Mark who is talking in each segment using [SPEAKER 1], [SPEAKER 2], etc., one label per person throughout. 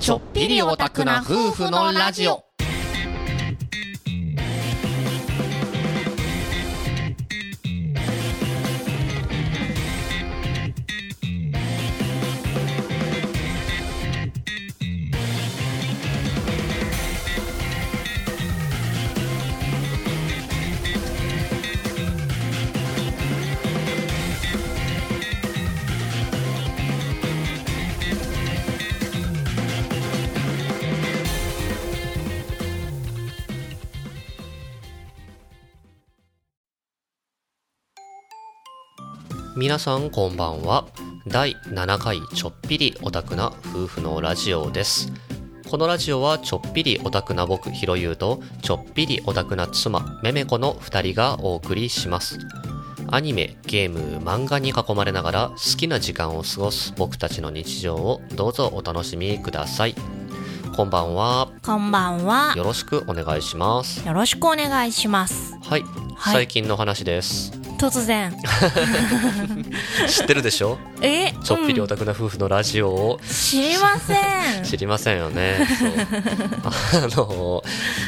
[SPEAKER 1] ちょっぴりオタクな夫婦のラジオ。
[SPEAKER 2] 皆さんこんばんは第7回ちょっぴりオタクな夫婦のラジオですこのラジオはちょっぴりオタクな僕ひろゆうとちょっぴりオタクな妻めめこの2人がお送りしますアニメゲーム漫画に囲まれながら好きな時間を過ごす僕たちの日常をどうぞお楽しみくださいこんばんは
[SPEAKER 1] こんばんは。
[SPEAKER 2] よろしくお願いします
[SPEAKER 1] よろしくお願いします。
[SPEAKER 2] はい、
[SPEAKER 1] はい
[SPEAKER 2] 最近の話 です
[SPEAKER 1] 突然。
[SPEAKER 2] 知ってるでしょ
[SPEAKER 1] え、
[SPEAKER 2] ちょっぴり
[SPEAKER 1] う
[SPEAKER 2] オ
[SPEAKER 1] ん
[SPEAKER 2] タクな夫婦のラジオを
[SPEAKER 1] 知りませ ん。
[SPEAKER 2] 知りませんよね。 そうあの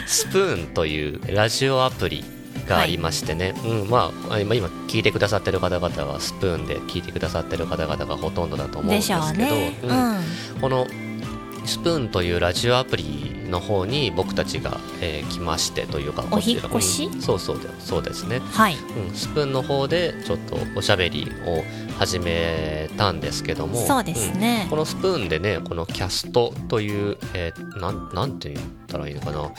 [SPEAKER 2] スプーンというラジオアプリがありましてね、うんまあ、今今聞いてくださってる方々はスプーンで聞いてくださってる方々がほとんどだと思うんで
[SPEAKER 1] ですし
[SPEAKER 2] け
[SPEAKER 1] ょ
[SPEAKER 2] ど、
[SPEAKER 1] うね。う
[SPEAKER 2] うん
[SPEAKER 1] ん。
[SPEAKER 2] このスプーンというラジオアプリの方に僕たちが、えー来ましてというか
[SPEAKER 1] お引っ越し
[SPEAKER 2] うんそうそうでそうですね、
[SPEAKER 1] はい。
[SPEAKER 2] うん、スプーンの方でちょっとおしゃべりを始めたんですけども
[SPEAKER 1] そうですね
[SPEAKER 2] こ。のスプーンでねこのキャストという、えーなんなんて言ったらいいのかな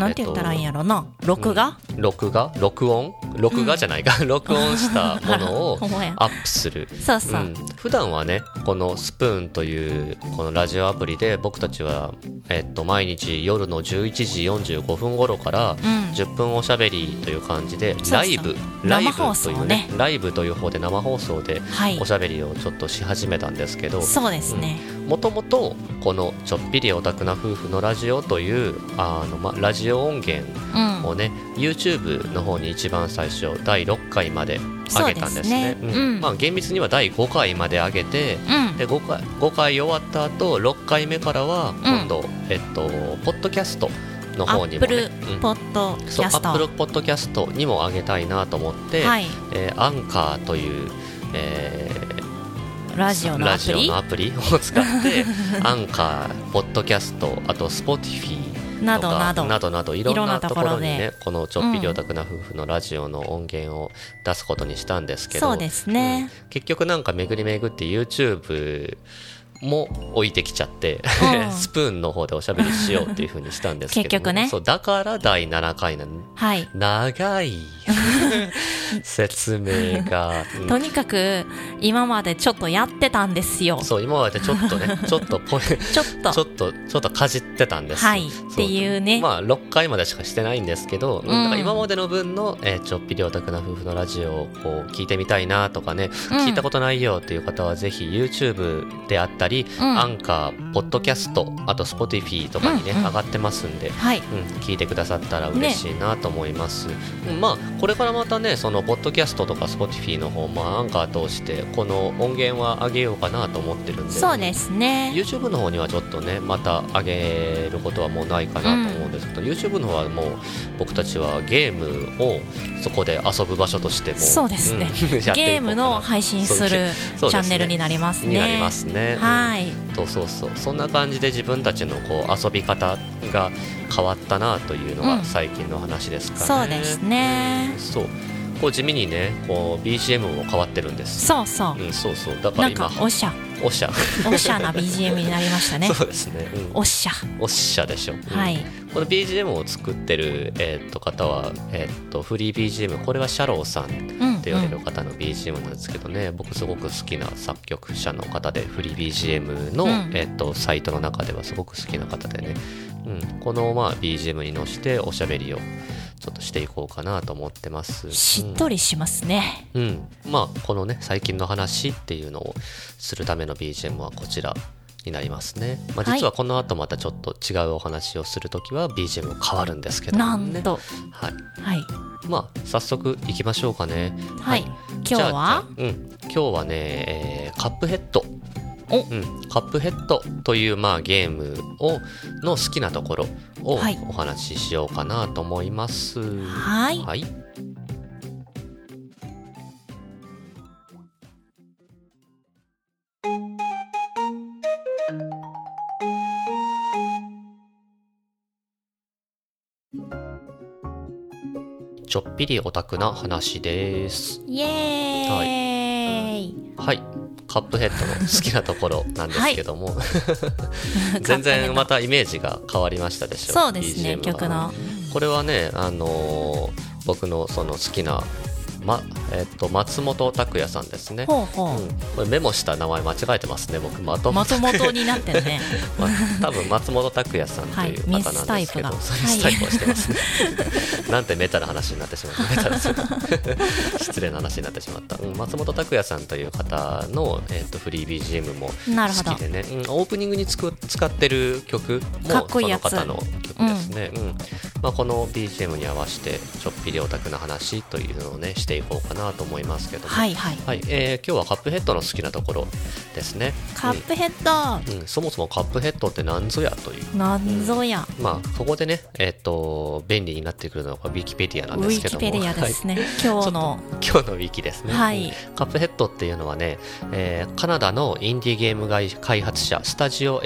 [SPEAKER 1] なんて言ったらいいんやろな。録画
[SPEAKER 2] 録画録音録画じゃないか、録音したものを
[SPEAKER 1] ほんまや
[SPEAKER 2] アップする。
[SPEAKER 1] そう
[SPEAKER 2] う
[SPEAKER 1] そ
[SPEAKER 2] ん
[SPEAKER 1] う。、
[SPEAKER 2] 普段はねこのスプーンというこのラジオアプリで僕たちは、えっと、毎日夜の11時45分頃から
[SPEAKER 1] うん
[SPEAKER 2] 10分おしゃべりという感じで
[SPEAKER 1] そう
[SPEAKER 2] ライブライ
[SPEAKER 1] 生
[SPEAKER 2] ブ
[SPEAKER 1] 放
[SPEAKER 2] と
[SPEAKER 1] 送
[SPEAKER 2] いうね
[SPEAKER 1] ね
[SPEAKER 2] ライブという方で生放送で
[SPEAKER 1] はい
[SPEAKER 2] お。しゃべりをちょっとし始めたんですけど、
[SPEAKER 1] そうですね。
[SPEAKER 2] もともとこのちょっぴりオタクな夫婦のラジオというあの、ま、ラジオ音源
[SPEAKER 1] うん。
[SPEAKER 2] をね YouTube の方に一番最初第6回まで上げたんですね
[SPEAKER 1] そうですねうん
[SPEAKER 2] まあ、厳密には第5回まで上げて
[SPEAKER 1] うん。
[SPEAKER 2] で 5, 回5回終わった後6回目からは今度、えっと、ポッドキャストの
[SPEAKER 1] ア
[SPEAKER 2] 方に
[SPEAKER 1] ッ
[SPEAKER 2] も
[SPEAKER 1] プ
[SPEAKER 2] ね、
[SPEAKER 1] ル
[SPEAKER 2] うん
[SPEAKER 1] ポッドキ
[SPEAKER 2] そうア
[SPEAKER 1] ャス
[SPEAKER 2] ップル
[SPEAKER 1] ト。
[SPEAKER 2] ポッドキャストにも上げたいなと思って、
[SPEAKER 1] はい。
[SPEAKER 2] えーアンカーという、えー
[SPEAKER 1] ラジオのアプリ
[SPEAKER 2] アプリを使って アンカー、ポッドキャスト、あとスポティフィ
[SPEAKER 1] などなど。
[SPEAKER 2] などなどいろん
[SPEAKER 1] いろん
[SPEAKER 2] な
[SPEAKER 1] なと
[SPEAKER 2] と
[SPEAKER 1] こ
[SPEAKER 2] こ
[SPEAKER 1] ろ
[SPEAKER 2] ろ
[SPEAKER 1] で
[SPEAKER 2] にねこのちょっぴりオタクな夫婦のラジオの音源を出すことにしたんですけど、
[SPEAKER 1] そうですね。
[SPEAKER 2] うん結局なんか巡り巡って YouTube も置いてきちゃって、
[SPEAKER 1] うん
[SPEAKER 2] スプーンの方でおしゃべりしようっていうふうにしたんですけども
[SPEAKER 1] 結局ね
[SPEAKER 2] そうだから第7回なの
[SPEAKER 1] はい。
[SPEAKER 2] 長 い説明が、うん
[SPEAKER 1] とにかく、今までちょっとやってたんですよ。
[SPEAKER 2] そう今までちょっとねちょっとポイ
[SPEAKER 1] ちょっと。
[SPEAKER 2] ちょっと、ちょっとかじってたんです。
[SPEAKER 1] はい。っ
[SPEAKER 2] そう
[SPEAKER 1] ていうね。
[SPEAKER 2] まあ、6回までしかしてないんですけど、
[SPEAKER 1] ん
[SPEAKER 2] なんか今までの分の、えーちょっぴりオタクな夫婦のラジオをこう聞いてみたいなとかね、聞いたことないよっていう方はぜひ YouTube であったり、
[SPEAKER 1] うん
[SPEAKER 2] アンカー、ポッドキャスト、あと Spotify とかにね、
[SPEAKER 1] うんうん
[SPEAKER 2] 上がってますんで、
[SPEAKER 1] はい。
[SPEAKER 2] うん、聞いてくださったら嬉しいなと思います、うんまあこれからまたねそのポッドキャストとか Spotify の方、まあ、アンカー通してこの音源は上げようかなと思ってるんで
[SPEAKER 1] そうですね。
[SPEAKER 2] YouTube の方にはちょっとねまた上げることはもうないかなと思うんですけど、YouTube の方はもう僕たちはゲームをそこで遊ぶ場所としても
[SPEAKER 1] そうですね
[SPEAKER 2] ん やっていこうかな
[SPEAKER 1] ゲームの配信するチ
[SPEAKER 2] そう
[SPEAKER 1] ャ
[SPEAKER 2] ですね
[SPEAKER 1] ンネルになりますね。
[SPEAKER 2] になりますね。、
[SPEAKER 1] はいい。
[SPEAKER 2] そうそうそうそんな感じで自分たちのこう遊び方が変わったなというの
[SPEAKER 1] うん
[SPEAKER 2] が最近の話ですか
[SPEAKER 1] そう
[SPEAKER 2] ね。
[SPEAKER 1] ですね。
[SPEAKER 2] そうこう地味にねこう BGM も変わってるんです。
[SPEAKER 1] そうそう
[SPEAKER 2] うん、そうそうだ。か
[SPEAKER 1] な
[SPEAKER 2] ら
[SPEAKER 1] ん
[SPEAKER 2] 今
[SPEAKER 1] か、おしゃ、
[SPEAKER 2] おっしゃ、
[SPEAKER 1] おしゃな BGM になりましたね。
[SPEAKER 2] そうですね、うん、
[SPEAKER 1] おっしゃ。
[SPEAKER 2] おっしゃでしょ、うん
[SPEAKER 1] はい。
[SPEAKER 2] この BGM を作ってる、えーっと方は、えーっとフリー BGM これはシャローさんって
[SPEAKER 1] うん。
[SPEAKER 2] 言われる方の BGM なんですけどね、僕すごく好きな作曲者の方でフリー BGM の、
[SPEAKER 1] うん
[SPEAKER 2] えーっとサイトの中ではすごく好きな方でね、うん、この、まあ、BGM に乗せておしゃべりをちょっとしていこうかなと思ってます。
[SPEAKER 1] し
[SPEAKER 2] うん
[SPEAKER 1] っとりしますね。
[SPEAKER 2] うん、まあこのね最近の話っていうのをするための BGM はこちらになりますね、まあ、
[SPEAKER 1] はい
[SPEAKER 2] 実はこの後またちょっと違うお話をするときは BGM 変わるんですけども
[SPEAKER 1] なんと。
[SPEAKER 2] はい、
[SPEAKER 1] はい。
[SPEAKER 2] まあ早速いきましょうかね
[SPEAKER 1] はい。今
[SPEAKER 2] じ
[SPEAKER 1] 日
[SPEAKER 2] ゃあ
[SPEAKER 1] は
[SPEAKER 2] じゃあうん、今日はね、えーカップヘッド
[SPEAKER 1] お
[SPEAKER 2] うん、カップヘッドという、まあ、ゲームをの好きなところを
[SPEAKER 1] はい
[SPEAKER 2] お話ししようかなと思います。
[SPEAKER 1] はい
[SPEAKER 2] はいちょっぴりオタクな話です。
[SPEAKER 1] イエーイ、
[SPEAKER 2] はい、カップヘッドの好きなところなんですけど も、全然またイメージが変わりましたでしょ
[SPEAKER 1] そうですね
[SPEAKER 2] BGM が
[SPEAKER 1] 曲の
[SPEAKER 2] これはね、あのー僕のその好きな、まえっと松本拓也さんですね、
[SPEAKER 1] ほうほう、
[SPEAKER 2] うんこれメモした名前間違えてますね僕まと
[SPEAKER 1] まともとになってるね
[SPEAKER 2] ま多分松本拓也さんという方
[SPEAKER 1] は
[SPEAKER 2] なん
[SPEAKER 1] い
[SPEAKER 2] ですけど、
[SPEAKER 1] ミスタイプが
[SPEAKER 2] そうミスタイプをしてますね、 なんてメタな話になってしまったメタな 失礼な話になってしまった、うん松本拓也さんという方の、えっとフリー BGM も
[SPEAKER 1] なるほど
[SPEAKER 2] 好きでね、うんオープニングにつく使ってる曲
[SPEAKER 1] か
[SPEAKER 2] も
[SPEAKER 1] っこいいやつ
[SPEAKER 2] その方の曲ですね、うんまあ、この BGM に合わせてちょっぴりオタクな話というのをねしていこうかなと思いますけども
[SPEAKER 1] はいはい
[SPEAKER 2] はいえー今日はカップヘッドの好きなところですね
[SPEAKER 1] カ
[SPEAKER 2] うん
[SPEAKER 1] ップヘッ
[SPEAKER 2] うん、そもそもカップヘッドって何ぞやという。
[SPEAKER 1] ドなんぞや、
[SPEAKER 2] まあ、ここでね、えっ、と、便利になってくるのがウィキペディアなん
[SPEAKER 1] ウ
[SPEAKER 2] です
[SPEAKER 1] ィ
[SPEAKER 2] け
[SPEAKER 1] キ
[SPEAKER 2] ども。
[SPEAKER 1] ペディアですね、今日の
[SPEAKER 2] はい今日のウィキですね。
[SPEAKER 1] はい
[SPEAKER 2] うんカップヘッドっていうのはね、えーカナダのインディーゲーム会開発者、スタジオ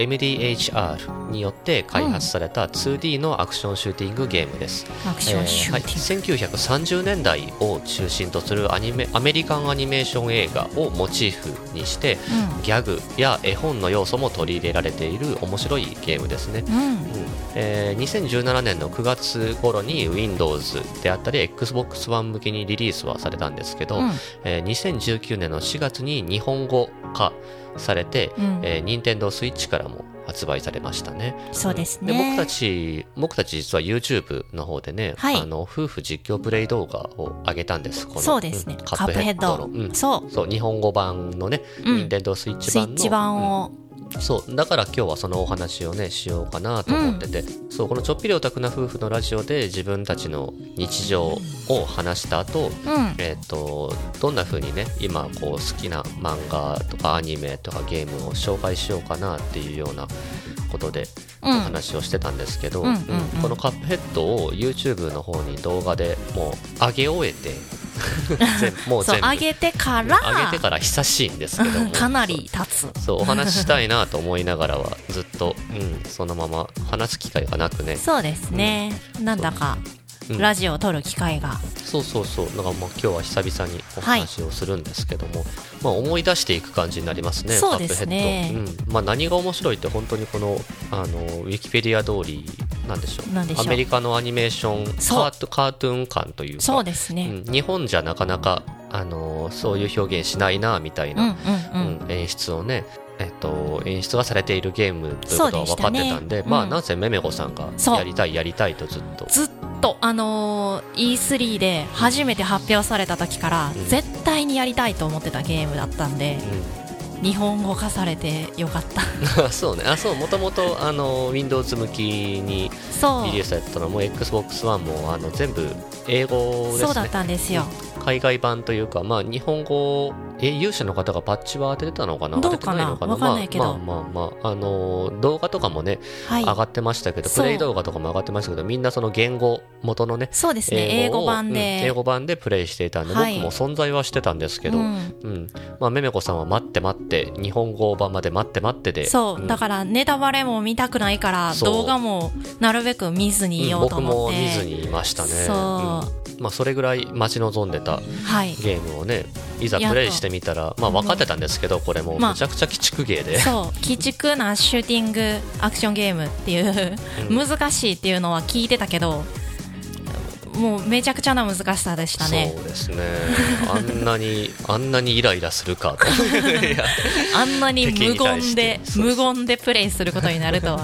[SPEAKER 2] MDHR によって開発された 2D のアクションシューティングゲームです。
[SPEAKER 1] アクションシューティング、
[SPEAKER 2] えーはい、1930年代を中心とするアニメアメリカンアニメーション映画をモチーフにして、ギャグや絵本の要素も取り入れられている面白いゲームですね。
[SPEAKER 1] うんうん
[SPEAKER 2] うんえー2017年の9月頃に Windows であったり Xbox One 向けにリリースはされたんですけど、
[SPEAKER 1] うん
[SPEAKER 2] えー2019年の4月に日本語化されて、
[SPEAKER 1] うん
[SPEAKER 2] えー、Nintendo Switch からも発売されましたね。
[SPEAKER 1] そうですね
[SPEAKER 2] で僕たち、僕たち実は YouTube の方でね、
[SPEAKER 1] はい
[SPEAKER 2] あの夫婦実況プレイ動画を上げたんです。この
[SPEAKER 1] そうですね、
[SPEAKER 2] ん
[SPEAKER 1] カップヘッド
[SPEAKER 2] のうん
[SPEAKER 1] そう
[SPEAKER 2] そう日本語版のね、
[SPEAKER 1] うん
[SPEAKER 2] 任天堂スイッチ
[SPEAKER 1] スイ
[SPEAKER 2] 版の
[SPEAKER 1] ッチ版
[SPEAKER 2] うん
[SPEAKER 1] を、
[SPEAKER 2] そうだから今日はそのお話をねしようかなと思ってて、そうこのちょっぴりオタクな夫婦のラジオで自分たちの日常を話した後
[SPEAKER 1] うん
[SPEAKER 2] えっとどんな風にね今こう好きな漫画とかアニメとかゲームを紹介しようかなっていうようなことでお
[SPEAKER 1] うん
[SPEAKER 2] 話をしてたんですけど、
[SPEAKER 1] うんうんうん
[SPEAKER 2] このカップヘッドを YouTube の方に動画でもう上げ終えて 全部もう
[SPEAKER 1] そう
[SPEAKER 2] 全部
[SPEAKER 1] 上げてから
[SPEAKER 2] 上げてから久しいんですけども
[SPEAKER 1] かなり経つ
[SPEAKER 2] そうお話ししたいなと思いながらはずっと、うん、そのまま話す機会がなくね、
[SPEAKER 1] そうですね、なんだか
[SPEAKER 2] うん
[SPEAKER 1] ラジオを撮る機会が、
[SPEAKER 2] そうそうそうだからもう今日は久々にお話をするんですけども、まあ、思い出していく感じになりますね
[SPEAKER 1] そうですね
[SPEAKER 2] カップヘッド、うんまあ、何が面白いって本当にこのあのウィキペディア通りなんでしょう
[SPEAKER 1] なんでしょう
[SPEAKER 2] アメリカのアニメーションカ
[SPEAKER 1] そう
[SPEAKER 2] ートカートゥーン感というか
[SPEAKER 1] そうですね、
[SPEAKER 2] うん日本じゃなかなかあのそういう表現しないなみたいな、
[SPEAKER 1] うんうんう
[SPEAKER 2] う
[SPEAKER 1] ん、
[SPEAKER 2] ん、演出をね、えっと、演出がされているゲームということは分かってたんで
[SPEAKER 1] そうでしたね
[SPEAKER 2] まあ、
[SPEAKER 1] うん
[SPEAKER 2] なんせめめこさんが
[SPEAKER 1] そう
[SPEAKER 2] やりたいやりたいとずっと
[SPEAKER 1] ずっとあのー E3 で初めて発表された時から、
[SPEAKER 2] うん
[SPEAKER 1] 絶対にやりたいと思ってたゲームだったんで、日本語化されてよかった
[SPEAKER 2] うん、そうねあそうもともとあの Windows 向きに
[SPEAKER 1] そう
[SPEAKER 2] リリースされてたのも XBOX1 もあの全部英語で
[SPEAKER 1] そう
[SPEAKER 2] す
[SPEAKER 1] だっ
[SPEAKER 2] ね
[SPEAKER 1] たんですよ、
[SPEAKER 2] 海外版というか、まあ、日本語え有志の方がパッチは当ててたのかな
[SPEAKER 1] ど
[SPEAKER 2] 当
[SPEAKER 1] う
[SPEAKER 2] てて
[SPEAKER 1] か
[SPEAKER 2] ない
[SPEAKER 1] な
[SPEAKER 2] のかな
[SPEAKER 1] わかんないけど
[SPEAKER 2] まあまあまあまあ、あの動画とかもね、
[SPEAKER 1] はい
[SPEAKER 2] 上がってましたけど
[SPEAKER 1] そう
[SPEAKER 2] プレイ動画とかも上がってましたけどみんなその言語元のね
[SPEAKER 1] そうですね英
[SPEAKER 2] を
[SPEAKER 1] 語版
[SPEAKER 2] うん
[SPEAKER 1] で
[SPEAKER 2] 英、語版でプレイしていたんで、
[SPEAKER 1] はい
[SPEAKER 2] 僕も存在はしてたんですけど、
[SPEAKER 1] う
[SPEAKER 2] うん
[SPEAKER 1] ん
[SPEAKER 2] まあ、めめこさんは待って待って日本語版まで待って待ってで
[SPEAKER 1] そう、だ
[SPEAKER 2] ら
[SPEAKER 1] からネタバレも見たくないから
[SPEAKER 2] そう
[SPEAKER 1] 動画もなるべく見ずにいようと
[SPEAKER 2] 僕
[SPEAKER 1] 思っ
[SPEAKER 2] も
[SPEAKER 1] て、
[SPEAKER 2] 見ずにいましたね
[SPEAKER 1] そうん
[SPEAKER 2] まあ、それぐらい待ち望んでた
[SPEAKER 1] はい
[SPEAKER 2] ゲームをねいざプレイしてみたら、まあ、分かってたんですけどこれもう
[SPEAKER 1] まあ
[SPEAKER 2] めちゃくちゃ鬼畜芸で、
[SPEAKER 1] そう鬼畜なシューティングアクションゲームっていう、
[SPEAKER 2] うん
[SPEAKER 1] 難しいっていうのは聞いてたけどもうめちゃくちゃな難しさでしたね
[SPEAKER 2] そうですねあんなにあんなにイライラするか といや
[SPEAKER 1] あんなに無
[SPEAKER 2] 敵に対
[SPEAKER 1] 言
[SPEAKER 2] して
[SPEAKER 1] で
[SPEAKER 2] そう
[SPEAKER 1] 無言でプレイすることになるとは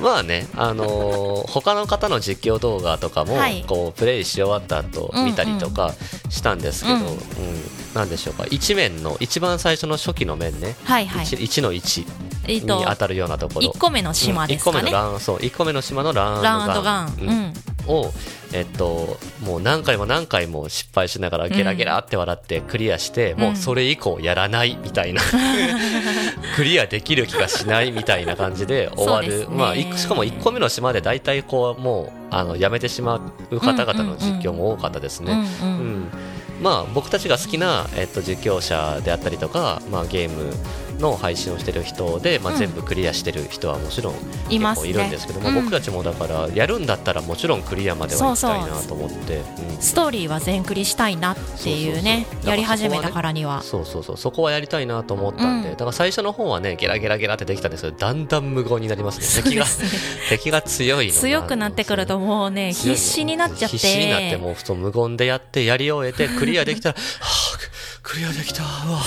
[SPEAKER 2] まあね、あのー他の方の実況動画とかも、
[SPEAKER 1] はい
[SPEAKER 2] こうプレイし終わった後
[SPEAKER 1] うんうん
[SPEAKER 2] 見たりとかしたんですけど、
[SPEAKER 1] う
[SPEAKER 2] うんんなんでしょうか一面の一番最初の初期の面ね、
[SPEAKER 1] はい はい
[SPEAKER 2] 一一の一
[SPEAKER 1] え
[SPEAKER 2] に
[SPEAKER 1] っと
[SPEAKER 2] 当たるようなところ、
[SPEAKER 1] 1個目の島ですか
[SPEAKER 2] うん一個目の
[SPEAKER 1] ね、
[SPEAKER 2] ランそう一個目の島のラン
[SPEAKER 1] ラン
[SPEAKER 2] ガン
[SPEAKER 1] ガン、うん
[SPEAKER 2] うんを、えっと、もう何回も何回も失敗しながらゲラゲラって笑ってクリアして、
[SPEAKER 1] ん
[SPEAKER 2] もうそれ以降やらないみた いなクリアできる気がしないみたいな感じで終わ
[SPEAKER 1] そうで
[SPEAKER 2] る、
[SPEAKER 1] すね
[SPEAKER 2] まあ、いしかも1個目の島で大体こうもうあのやめてしまう方々の実況も多かったですね。
[SPEAKER 1] うんうん
[SPEAKER 2] うんまあ、僕たちが好きな、えっと、実況者であったりとか、まあ、ゲームの配信をしてる人で、まあ、
[SPEAKER 1] うん
[SPEAKER 2] 全部クリアしてる人はもちろん
[SPEAKER 1] い
[SPEAKER 2] 結
[SPEAKER 1] ます
[SPEAKER 2] 構
[SPEAKER 1] ね
[SPEAKER 2] いるんですけども、
[SPEAKER 1] うん
[SPEAKER 2] 僕たちもだからやるんだったらもちろんクリアまでは行きたいなと思ってうん
[SPEAKER 1] ストーリーは全クリしたいなっていうね
[SPEAKER 2] そうそうそう
[SPEAKER 1] やり始めたからには
[SPEAKER 2] そうそうそうそこはやりたいなと思ったんで、
[SPEAKER 1] うん
[SPEAKER 2] だから最初の方はねゲラゲラゲラってできたんですけどだんだん無言になりますね敵が
[SPEAKER 1] そうですね
[SPEAKER 2] 敵が強いのが
[SPEAKER 1] 強くなってくるともう ね
[SPEAKER 2] 強い
[SPEAKER 1] 必
[SPEAKER 2] の
[SPEAKER 1] 死になっちゃって
[SPEAKER 2] 必死になってもう普通無言でやってやり終え てクリアできたらはあクリアできたうわ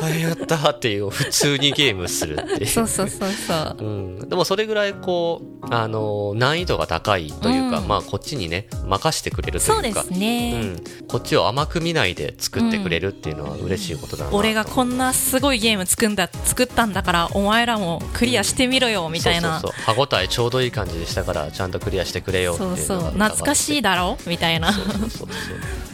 [SPEAKER 2] 大変だったっていう普通にゲームするっていう
[SPEAKER 1] そうそうそう そう
[SPEAKER 2] うん、でもそれぐらいこう、あのー難易度が高いというか、
[SPEAKER 1] うん
[SPEAKER 2] まあこっちにね任してくれるというか
[SPEAKER 1] そうです
[SPEAKER 2] う
[SPEAKER 1] ね、
[SPEAKER 2] ん、こっちを甘く見ないで作ってくれるっていうのは嬉しいことだなと
[SPEAKER 1] 俺がこんなすごいゲーム作んだ作ったんだからお前らもクリアしてみろよみたいな
[SPEAKER 2] そうそうそう歯応えちょうどいい感じでしたからちゃんとクリアしてくれよってい
[SPEAKER 1] そう
[SPEAKER 2] の
[SPEAKER 1] う
[SPEAKER 2] が
[SPEAKER 1] そう懐かしいだろみたいな
[SPEAKER 2] そうそうそうそう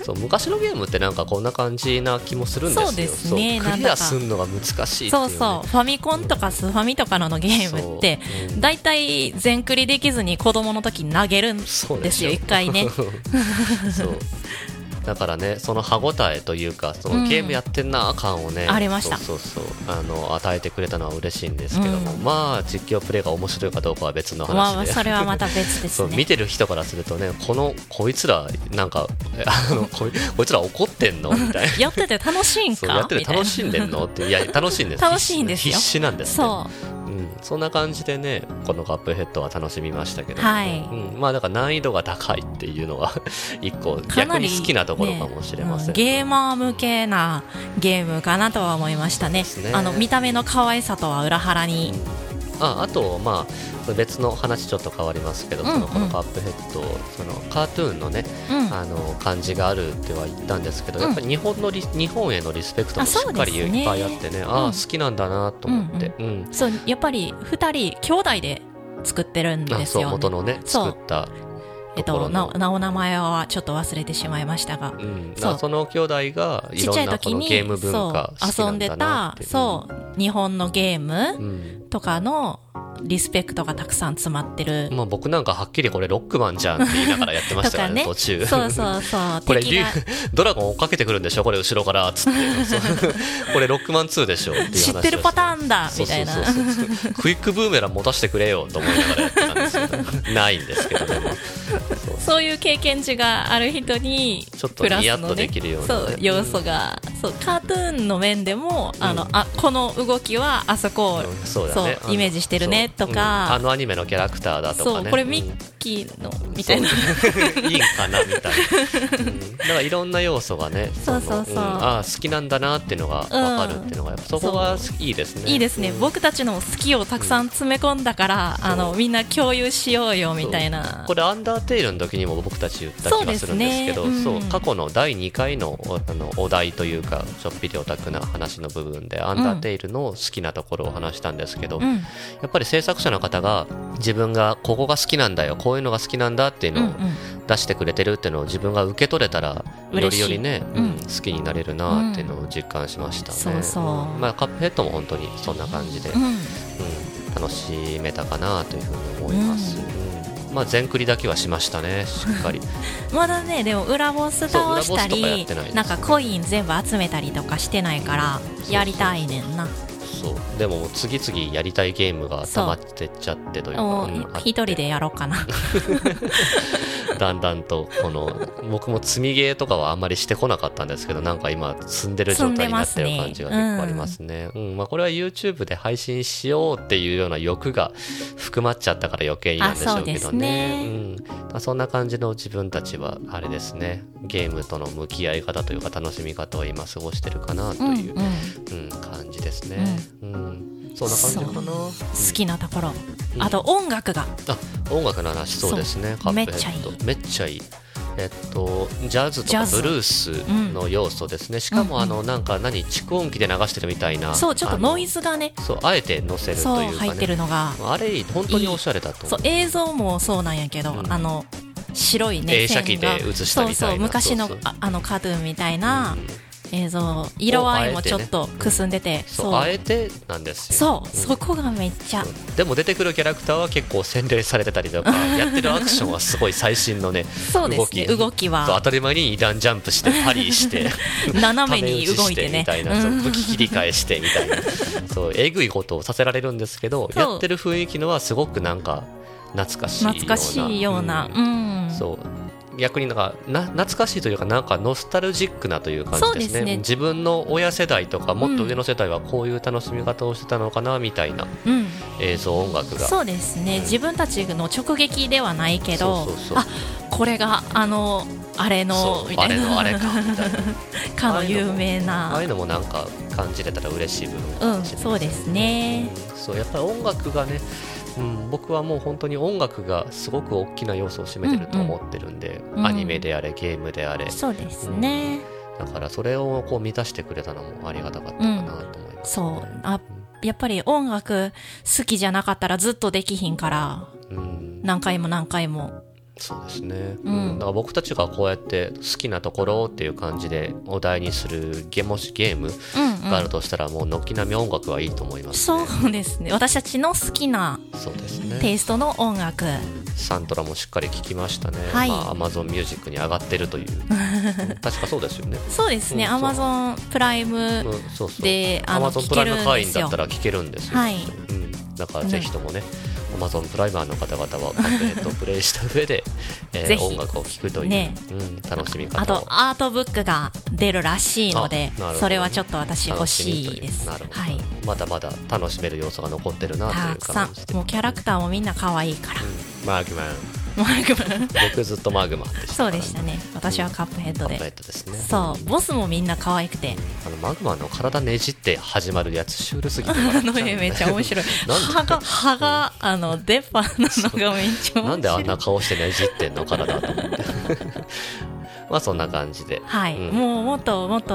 [SPEAKER 2] そう昔のゲームってなんかこんな感じな気もするんですよ
[SPEAKER 1] そうです
[SPEAKER 2] そう
[SPEAKER 1] ね
[SPEAKER 2] ク
[SPEAKER 1] なん
[SPEAKER 2] リ
[SPEAKER 1] だ
[SPEAKER 2] ア
[SPEAKER 1] か
[SPEAKER 2] すんのが難しいっていう
[SPEAKER 1] そ
[SPEAKER 2] ね、
[SPEAKER 1] うそうファミコンとかスファミとかののゲームって
[SPEAKER 2] そううん
[SPEAKER 1] 大体全クリできずに子供の時に投げるんで
[SPEAKER 2] そう
[SPEAKER 1] すよ一 回ね
[SPEAKER 2] そうだからねその歯応えというかそうの
[SPEAKER 1] ん
[SPEAKER 2] ゲームやってんな感をね、
[SPEAKER 1] ありました
[SPEAKER 2] そうそうそうあの与えてくれたのは嬉しいんですけども、
[SPEAKER 1] う
[SPEAKER 2] まあ実況プレイが面白いかどうかは別の話で、
[SPEAKER 1] まあそれはまた別で
[SPEAKER 2] そ
[SPEAKER 1] す
[SPEAKER 2] う
[SPEAKER 1] ね
[SPEAKER 2] 見てる人からするとねこのこいつらなんかえあのこいこいつら怒ってんのみたいな
[SPEAKER 1] やってて楽しいん
[SPEAKER 2] そ
[SPEAKER 1] か
[SPEAKER 2] うやってて
[SPEAKER 1] みたいな
[SPEAKER 2] 楽しんでんのっていや楽しいんです
[SPEAKER 1] 楽しいんですよ
[SPEAKER 2] 必死なんです、ね、、
[SPEAKER 1] そう
[SPEAKER 2] ん、そんな感じでねこのカップヘッドは楽しみましたけど、
[SPEAKER 1] はい
[SPEAKER 2] うん、まあだから難易度が高いっていうのは 一個
[SPEAKER 1] うかな
[SPEAKER 2] 逆
[SPEAKER 1] り
[SPEAKER 2] に好きなところかもしれません、
[SPEAKER 1] ねうんゲーマー向けなゲームかなとは思いましたね
[SPEAKER 2] そうですね
[SPEAKER 1] あの見た目の可愛さとは裏腹に
[SPEAKER 2] ああと、まあ、別の話ちょっと変わりますけど、そのこ
[SPEAKER 1] うんう
[SPEAKER 2] の
[SPEAKER 1] ん
[SPEAKER 2] カップヘッドそのカートゥーンのね
[SPEAKER 1] うん
[SPEAKER 2] あの感じがあるっては言ったんですけど、
[SPEAKER 1] うん
[SPEAKER 2] やっぱり日本のリ日本へのリスペクトも
[SPEAKER 1] あ
[SPEAKER 2] し
[SPEAKER 1] そ
[SPEAKER 2] っ
[SPEAKER 1] う
[SPEAKER 2] か
[SPEAKER 1] です
[SPEAKER 2] り
[SPEAKER 1] ね
[SPEAKER 2] いっぱいあってね、あ
[SPEAKER 1] う
[SPEAKER 2] あ
[SPEAKER 1] ん
[SPEAKER 2] 好きなんだなと思って、うん
[SPEAKER 1] そうやっぱり2人兄弟で作ってるん
[SPEAKER 2] あ
[SPEAKER 1] です
[SPEAKER 2] そう
[SPEAKER 1] よ、
[SPEAKER 2] 元のね
[SPEAKER 1] そう
[SPEAKER 2] 作った
[SPEAKER 1] えっ
[SPEAKER 2] ところ
[SPEAKER 1] と、な
[SPEAKER 2] の、
[SPEAKER 1] なお名前はちょっと忘れてしまいましたが
[SPEAKER 2] うん、
[SPEAKER 1] そう
[SPEAKER 2] あその兄弟がい
[SPEAKER 1] ちっ
[SPEAKER 2] ろ
[SPEAKER 1] ちゃ
[SPEAKER 2] ん
[SPEAKER 1] い
[SPEAKER 2] なこ
[SPEAKER 1] 時
[SPEAKER 2] の
[SPEAKER 1] に
[SPEAKER 2] ゲーム文化
[SPEAKER 1] そう遊んでた
[SPEAKER 2] そ
[SPEAKER 1] そう日本のゲーム
[SPEAKER 2] う、うん
[SPEAKER 1] とかのリスペクトがたくさん詰まってる、
[SPEAKER 2] まあ、僕なんかはっきりこれロックマンじゃんって言いながらやってましたからね
[SPEAKER 1] とかね
[SPEAKER 2] 途中
[SPEAKER 1] そうそうそう
[SPEAKER 2] これ
[SPEAKER 1] 敵が
[SPEAKER 2] 竜ドラゴン追っかけてくるんでしょこれ後ろからっつってそう これロックマン2でしょっていう話をし
[SPEAKER 1] 知ってるパターンだ
[SPEAKER 2] そう
[SPEAKER 1] みたいな
[SPEAKER 2] そうそうそうクイックブーメラン持たせてくれよと思いながらやってたんですけどないんですけどでもそう
[SPEAKER 1] そういう経験値がある人に
[SPEAKER 2] ちょっと
[SPEAKER 1] プラ
[SPEAKER 2] ニヤ
[SPEAKER 1] ス
[SPEAKER 2] ッと
[SPEAKER 1] の、ね
[SPEAKER 2] できるようなね
[SPEAKER 1] そう要素が、そうカートゥーンの面でも、あのあこの動きはあそこを、
[SPEAKER 2] うんそうだね
[SPEAKER 1] そうイメージしてるね
[SPEAKER 2] そう
[SPEAKER 1] とか
[SPEAKER 2] うんあのアニメのキャラクターだとか
[SPEAKER 1] そ
[SPEAKER 2] ね
[SPEAKER 1] うこれ
[SPEAKER 2] うん
[SPEAKER 1] ミッキーの、みたいな
[SPEAKER 2] そういいんかなみたいな、うんだからいろんな要素がね
[SPEAKER 1] そうそうそう
[SPEAKER 2] のんああ好きなんだなっていうのが分かるっていうのが、やっぱそこが
[SPEAKER 1] そ
[SPEAKER 2] いいですね
[SPEAKER 1] いいですね、
[SPEAKER 2] うん
[SPEAKER 1] 僕たちの好きをたくさん詰め込んだから、
[SPEAKER 2] ん
[SPEAKER 1] あのみんな共有しようよみたいな
[SPEAKER 2] これアンダーテイルの時にも僕たち言った気がするんですけど
[SPEAKER 1] そ
[SPEAKER 2] そうう
[SPEAKER 1] ですねうん
[SPEAKER 2] 過去の第2回のおあのお題というかちょっぴりオタクな話の部分でアンダーテイルの好きなところを話したんですけど、
[SPEAKER 1] う
[SPEAKER 2] や
[SPEAKER 1] ん
[SPEAKER 2] っぱり制作者の方が自分がここが好きなんだよこういうのが好きなんだっていう
[SPEAKER 1] うんう
[SPEAKER 2] のを
[SPEAKER 1] ん
[SPEAKER 2] 出してくれてるっていうのを自分が受け取れたらよ
[SPEAKER 1] 嬉
[SPEAKER 2] り
[SPEAKER 1] しい
[SPEAKER 2] よりね、
[SPEAKER 1] うん
[SPEAKER 2] うん好きになれるなっていうのを実感しましたね、
[SPEAKER 1] うんそうそうん
[SPEAKER 2] まあ、カップヘッドも本当にそんな感じで、
[SPEAKER 1] うん
[SPEAKER 2] うん、楽しめたかなというふうに思います、うんまあ全クリだけはしましたねしっか り
[SPEAKER 1] まだねでも裏ボス倒した
[SPEAKER 2] そう裏ボスとかや
[SPEAKER 1] り
[SPEAKER 2] ってないです
[SPEAKER 1] なんかコイン全部集めたりとかしてないから
[SPEAKER 2] そう
[SPEAKER 1] やりたいねんな
[SPEAKER 2] そうでも次々やりたいゲームが溜まってっちゃってというか
[SPEAKER 1] も
[SPEAKER 2] うん
[SPEAKER 1] う
[SPEAKER 2] あ
[SPEAKER 1] 一人でやろう かな
[SPEAKER 2] だんだんとこの僕も積みゲーとかはあんまりしてこなかったんですけどなんか今積んでる状態になってる感じが結構ありますねうんまあ、これは YouTube で配信しようっていうような欲が含まっちゃったから余計になんでしょうけ
[SPEAKER 1] あそ
[SPEAKER 2] ど
[SPEAKER 1] うですね
[SPEAKER 2] ねうんまあそんな感じの自分たちはあれですねゲームとの向き合い方というか楽しみ方を今過ごしてるかなと
[SPEAKER 1] うん、う
[SPEAKER 2] い
[SPEAKER 1] ん、
[SPEAKER 2] う、
[SPEAKER 1] 好
[SPEAKER 2] うん感じですね、うんそんな感じかな
[SPEAKER 1] きなところ
[SPEAKER 2] うん
[SPEAKER 1] あと音楽が
[SPEAKER 2] あ音楽の話そうですね
[SPEAKER 1] そう
[SPEAKER 2] カップヘッドめっちゃいいえっとジャズと
[SPEAKER 1] ジ
[SPEAKER 2] か
[SPEAKER 1] ャズ
[SPEAKER 2] ブルースの要素ですね、しかもあのなんか何蓄音機で流してるみたいな
[SPEAKER 1] そうちょっとノイ
[SPEAKER 2] ズ
[SPEAKER 1] ズがね
[SPEAKER 2] そうあえて載せると
[SPEAKER 1] そう
[SPEAKER 2] いうか
[SPEAKER 1] 入って
[SPEAKER 2] ね
[SPEAKER 1] るのが
[SPEAKER 2] あれ本当におしゃれだと
[SPEAKER 1] そ
[SPEAKER 2] 思
[SPEAKER 1] う映像もそうなんやけど、
[SPEAKER 2] うん
[SPEAKER 1] あの白い
[SPEAKER 2] 映
[SPEAKER 1] ね
[SPEAKER 2] 写
[SPEAKER 1] 線
[SPEAKER 2] 機で
[SPEAKER 1] が
[SPEAKER 2] 写した
[SPEAKER 1] そ
[SPEAKER 2] みたいな
[SPEAKER 1] うそう昔の
[SPEAKER 2] そうそう
[SPEAKER 1] ああのカートゥーンみたいな
[SPEAKER 2] うん
[SPEAKER 1] 映像色合いもちょっとくすんでて
[SPEAKER 2] そう
[SPEAKER 1] そ
[SPEAKER 2] あ
[SPEAKER 1] う
[SPEAKER 2] えてなんですよ
[SPEAKER 1] そう
[SPEAKER 2] うん
[SPEAKER 1] そこがめっちゃ
[SPEAKER 2] うんでも出てくるキャラクターは結構洗練されてたり とかやってるアクションはすごい最新のね
[SPEAKER 1] そうですね
[SPEAKER 2] 動き
[SPEAKER 1] 動き
[SPEAKER 2] そう当
[SPEAKER 1] は
[SPEAKER 2] たり前に二段ジャンプしてパリして
[SPEAKER 1] 斜めに動いてね
[SPEAKER 2] ため打ちしてみたいな、そう武器切り替えしてみたいなそうえぐいことをさせられるんですけど
[SPEAKER 1] そう
[SPEAKER 2] やってる雰囲気のはすごくなんか懐かしいような
[SPEAKER 1] 懐かしいような、
[SPEAKER 2] ん
[SPEAKER 1] うん
[SPEAKER 2] そう逆になんかな懐かしいというかなんかノスタルジックなという感じです
[SPEAKER 1] そう
[SPEAKER 2] ね
[SPEAKER 1] ですね
[SPEAKER 2] 自分の親世代とかもっと上の世代はこういう楽しみ方をしてたのかなみたいな
[SPEAKER 1] うん、
[SPEAKER 2] 映像音楽が
[SPEAKER 1] そうですね、自分たちの直撃ではないけど
[SPEAKER 2] そうそうそう
[SPEAKER 1] あこれがあのあれの
[SPEAKER 2] そう
[SPEAKER 1] み
[SPEAKER 2] あ
[SPEAKER 1] たい
[SPEAKER 2] れの
[SPEAKER 1] な
[SPEAKER 2] あれかみたいな
[SPEAKER 1] かの有名
[SPEAKER 2] あ
[SPEAKER 1] な
[SPEAKER 2] あいうのもなんか感じれたら嬉しい部分か
[SPEAKER 1] う
[SPEAKER 2] も
[SPEAKER 1] ん
[SPEAKER 2] しれない
[SPEAKER 1] そうですね
[SPEAKER 2] そうやっぱり音楽がね、うん、僕はもう本当に音楽がすごく大きな要素を占めてると思ってるんで、
[SPEAKER 1] んうん
[SPEAKER 2] アニメであれゲームであれ
[SPEAKER 1] そうですね、
[SPEAKER 2] だからそれをこう満たしてくれたのもありがたかったかなと思います、
[SPEAKER 1] そうあやっぱり音楽好きじゃなかったらずっとできひんから
[SPEAKER 2] うん、
[SPEAKER 1] 何回も何回も
[SPEAKER 2] そうですね、う
[SPEAKER 1] うんん
[SPEAKER 2] だから僕たちがこうやって好きなところっていう感じでお題にするゲもしゲーム
[SPEAKER 1] うん
[SPEAKER 2] があ
[SPEAKER 1] う
[SPEAKER 2] るとしたらもう軒並み音楽はいいと思いま
[SPEAKER 1] ん
[SPEAKER 2] す、ね
[SPEAKER 1] そうですね私たちの好きな
[SPEAKER 2] そうですね
[SPEAKER 1] テイストの音楽
[SPEAKER 2] サントラもしっかり聞きましたね、
[SPEAKER 1] はい
[SPEAKER 2] まあ、Amazon ミュージックに上がってる という確かそうですよね、
[SPEAKER 1] そうですね
[SPEAKER 2] うんそう
[SPEAKER 1] Amazon プライ
[SPEAKER 2] うん
[SPEAKER 1] ム、
[SPEAKER 2] そうそう
[SPEAKER 1] であの
[SPEAKER 2] Amazon プライム
[SPEAKER 1] 聞けるんですよ
[SPEAKER 2] 会員だったら聞けるんですよ、う
[SPEAKER 1] はい
[SPEAKER 2] ん、だからぜひともね、Amazon プライマーの方々はパンフレットをプレイした上で、えー
[SPEAKER 1] ぜひ
[SPEAKER 2] 音楽を聴くという、
[SPEAKER 1] ね
[SPEAKER 2] うん、楽しみ
[SPEAKER 1] あ
[SPEAKER 2] 方
[SPEAKER 1] と
[SPEAKER 2] を
[SPEAKER 1] アートブックが出るらしいの
[SPEAKER 2] あな
[SPEAKER 1] で
[SPEAKER 2] るほどね
[SPEAKER 1] それはちょっと私欲
[SPEAKER 2] 楽しみとい
[SPEAKER 1] し
[SPEAKER 2] う
[SPEAKER 1] いです
[SPEAKER 2] なるほど、
[SPEAKER 1] はい
[SPEAKER 2] まだまだ楽しめる要素が残ってるなとい
[SPEAKER 1] た
[SPEAKER 2] う
[SPEAKER 1] くさ
[SPEAKER 2] 感じで
[SPEAKER 1] んもうキャラクターもみんな可愛いから
[SPEAKER 2] うんマーグマン
[SPEAKER 1] マークマン
[SPEAKER 2] 僕ずっとマーグマンでした
[SPEAKER 1] そ
[SPEAKER 2] か
[SPEAKER 1] う
[SPEAKER 2] ら
[SPEAKER 1] でしたね私はカップヘッ
[SPEAKER 2] カ
[SPEAKER 1] ド
[SPEAKER 2] ップヘ
[SPEAKER 1] で
[SPEAKER 2] ッドですね
[SPEAKER 1] そうボスもみんな可愛 くて
[SPEAKER 2] あのマグマの体ねじって始まるやつシュールすぎて
[SPEAKER 1] あ
[SPEAKER 2] 笑っちゃ
[SPEAKER 1] の
[SPEAKER 2] う
[SPEAKER 1] 絵めっちゃ面白い
[SPEAKER 2] なんで
[SPEAKER 1] 歯が歯があの出っ歯なのがめっちゃ面白い
[SPEAKER 2] なんであんな顔してねじってんの体と 思ってまあそんな感じで
[SPEAKER 1] はい、
[SPEAKER 2] うん
[SPEAKER 1] もうもっともっと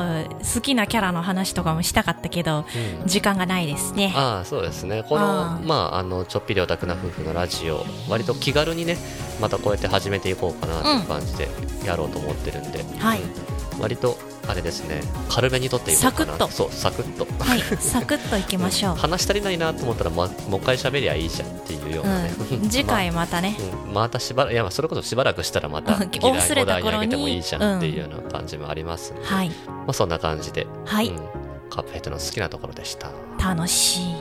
[SPEAKER 1] 好きなキャラの話とかもしたかったけど、
[SPEAKER 2] うん
[SPEAKER 1] 時間がないですね
[SPEAKER 2] ああそうですねこの
[SPEAKER 1] あー
[SPEAKER 2] まああのちょっぴりオタクな夫婦のラジオ割と気軽にねまたこうやって始めていこうかなという感じでやろうと思ってるんで、
[SPEAKER 1] はい
[SPEAKER 2] 割とあれですね軽めにとっていこうかな
[SPEAKER 1] サクッと
[SPEAKER 2] そうサクッと
[SPEAKER 1] はいサクッといきま しょう、
[SPEAKER 2] 話し足りないなと思ったら、ま、もう一回喋りゃいいじゃんっていうようなね、
[SPEAKER 1] うん、次回またね、
[SPEAKER 2] うんまたしばらいやまあそれこそしばらくしたらまた
[SPEAKER 1] うん
[SPEAKER 2] 議題
[SPEAKER 1] 忘れた
[SPEAKER 2] お題にあ
[SPEAKER 1] 頃に
[SPEAKER 2] げてもいいじゃんっていうような感じもありますんで、
[SPEAKER 1] はい
[SPEAKER 2] まあ、そんな感じで、
[SPEAKER 1] はい、
[SPEAKER 2] うんカップヘッドの好きなところでした。
[SPEAKER 1] 楽しい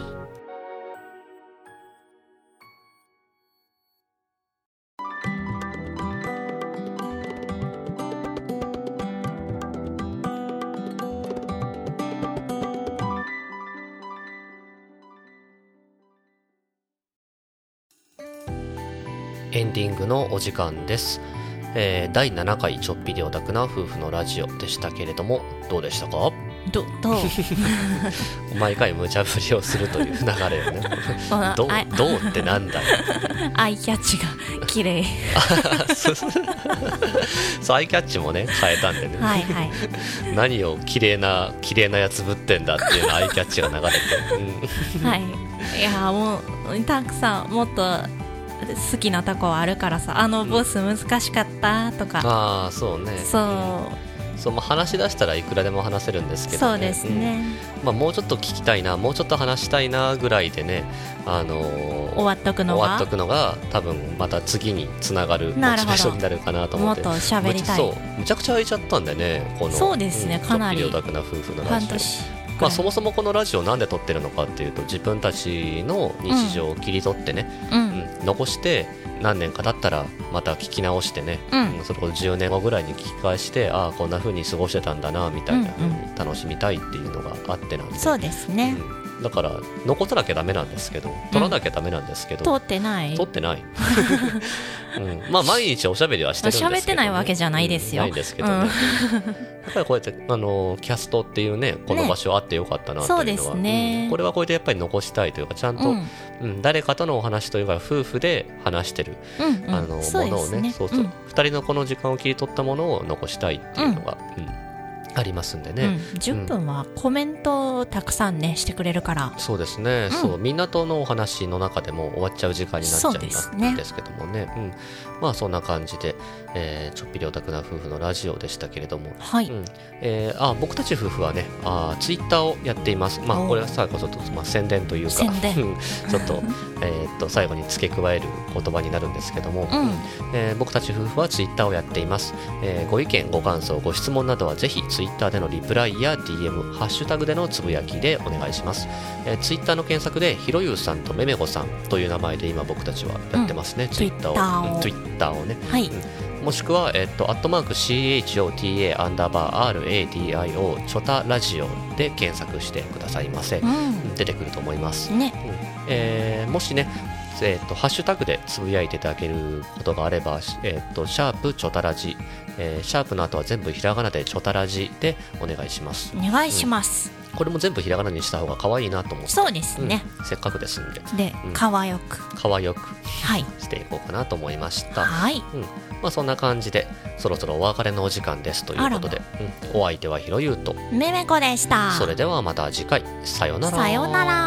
[SPEAKER 2] エンディングのお時間です。えー第7回ちょっぴりオタクな夫婦のラジオでしたけれどもどうでしたか
[SPEAKER 1] ど どう
[SPEAKER 2] 毎回無茶ぶりをするという流れをね
[SPEAKER 1] この
[SPEAKER 2] どう
[SPEAKER 1] アイ
[SPEAKER 2] どうってなんだよ
[SPEAKER 1] アイキャッチが綺麗
[SPEAKER 2] そうアイキャッチもね変えたんでね、
[SPEAKER 1] はいはい
[SPEAKER 2] 何を綺麗な綺麗なやつぶってんだっていうアイキャッチが流れて、うん
[SPEAKER 1] はいいやーもうたくさんもっと好きなとこはあるからさあのボス難しかったとか、
[SPEAKER 2] ああそうね
[SPEAKER 1] そ
[SPEAKER 2] そうまあ、話し出したらいくらでも話せるんです
[SPEAKER 1] う、
[SPEAKER 2] けど、ね、
[SPEAKER 1] そうですね、
[SPEAKER 2] うんまあ、もうちょっと聞きたいなもうちょっと話したいなぐらいでね、あのー
[SPEAKER 1] 終わっとくの
[SPEAKER 2] 終わっ
[SPEAKER 1] が
[SPEAKER 2] とくのが多分また次につながるモチベ
[SPEAKER 1] なるほど
[SPEAKER 2] ーションになるかなと思
[SPEAKER 1] も
[SPEAKER 2] っ
[SPEAKER 1] ってと喋
[SPEAKER 2] む
[SPEAKER 1] りたい
[SPEAKER 2] ちゃそうむちゃくちゃ空いちゃったんでねこの
[SPEAKER 1] そうですね
[SPEAKER 2] ん
[SPEAKER 1] かなり
[SPEAKER 2] ちょっぴオタクな夫婦のラ
[SPEAKER 1] 半
[SPEAKER 2] ジオ
[SPEAKER 1] 年
[SPEAKER 2] まあ、そもそもこのラジオなんで撮ってるのかっていうと自分たちの日常を切り取ってね、
[SPEAKER 1] う
[SPEAKER 2] うん
[SPEAKER 1] ん
[SPEAKER 2] 残して何年か経ったらまた聞き直してね、
[SPEAKER 1] うん
[SPEAKER 2] それこそ10年後ぐらいに聞き返してああこんな風に過ごしてたんだなみたいな
[SPEAKER 1] うんうん
[SPEAKER 2] 楽しみたいっていうのがあってなんで、
[SPEAKER 1] そうですね
[SPEAKER 2] うんだから残さなきゃダメなんですけど撮らなきゃダメなんですけど、
[SPEAKER 1] 通ってない
[SPEAKER 2] 撮ってない、うん、まあ毎日おしゃべりはしてるんですけど、ね、
[SPEAKER 1] 喋ってないわけじゃないですよ
[SPEAKER 2] うんないんですけどね、
[SPEAKER 1] うん
[SPEAKER 2] やっぱりこうやってあのキャストっていうねこの場所あってよかったなというのは、
[SPEAKER 1] ねそうですね
[SPEAKER 2] うんこれはこうやってやっぱり残したいというかちゃんと、
[SPEAKER 1] う
[SPEAKER 2] うんん誰かとのお話というか夫婦で話してる、
[SPEAKER 1] うんうん
[SPEAKER 2] あの
[SPEAKER 1] そ
[SPEAKER 2] も
[SPEAKER 1] うで
[SPEAKER 2] のを
[SPEAKER 1] す
[SPEAKER 2] ね
[SPEAKER 1] ね
[SPEAKER 2] そうそう、
[SPEAKER 1] うん
[SPEAKER 2] 2人のこの時間を切り取ったものを残したいっていうのが、うんありますんでね、
[SPEAKER 1] うん、10分はコメントをたくさんねしてくれるから
[SPEAKER 2] そうですね、
[SPEAKER 1] ん
[SPEAKER 2] そうみんなとのお話の中でも終わっちゃう時間になっちゃ
[SPEAKER 1] そうで
[SPEAKER 2] う
[SPEAKER 1] す
[SPEAKER 2] ん
[SPEAKER 1] ね
[SPEAKER 2] ですけどもねうん、まあそんな感じで、えーちょっぴりオタクな夫婦のラジオでしたけれども、、
[SPEAKER 1] はいう
[SPEAKER 2] んえーあ僕たち夫婦はねあツイッターをやっています、まあ、
[SPEAKER 1] おー
[SPEAKER 2] これは最後ちょっと、まあ、宣伝というか
[SPEAKER 1] 宣伝
[SPEAKER 2] うんちょっと,、えーっと最後に付け加える言葉になるんですけども、
[SPEAKER 1] うん
[SPEAKER 2] えー僕たち夫婦はツイッターをやっています、えーご意見ご感想ご質問などはぜひツイッターでのリプライや DM ハッシュタグでのつぶやきでお願いします、えーツイッターの検索でひろゆうさんとめめごさんという名前で今僕たちはやってますね、ツイッターをうんツイ
[SPEAKER 1] Twitter
[SPEAKER 2] ッターをね
[SPEAKER 1] はい
[SPEAKER 2] もしくは、えっと、アットマーク CHOTA アンダーバー RADIO チョタラジオで検索してくださいませ
[SPEAKER 1] う。
[SPEAKER 2] 出てくると思います。
[SPEAKER 1] んね
[SPEAKER 2] えーもしね、えっと、ハッシュタグでつぶやいていただけることがあれば、しえっと、シャープチョタラジ、えーシャープの後は全部ひらがなでチョタラジでお願いします。
[SPEAKER 1] お願いします、
[SPEAKER 2] これも全部ひらがなにした方が可愛いなと思って。
[SPEAKER 1] そうですね、
[SPEAKER 2] うんせっかくですんで、
[SPEAKER 1] で
[SPEAKER 2] うん
[SPEAKER 1] かわよく
[SPEAKER 2] 可愛く
[SPEAKER 1] はい
[SPEAKER 2] していこうかなと思いました。
[SPEAKER 1] はい
[SPEAKER 2] うんまあ、そんな感じでそろそろお別れのお時間ですということで、うんお相手はひろゆうと
[SPEAKER 1] めめこでした
[SPEAKER 2] それではまた次回さようなら
[SPEAKER 1] さよなら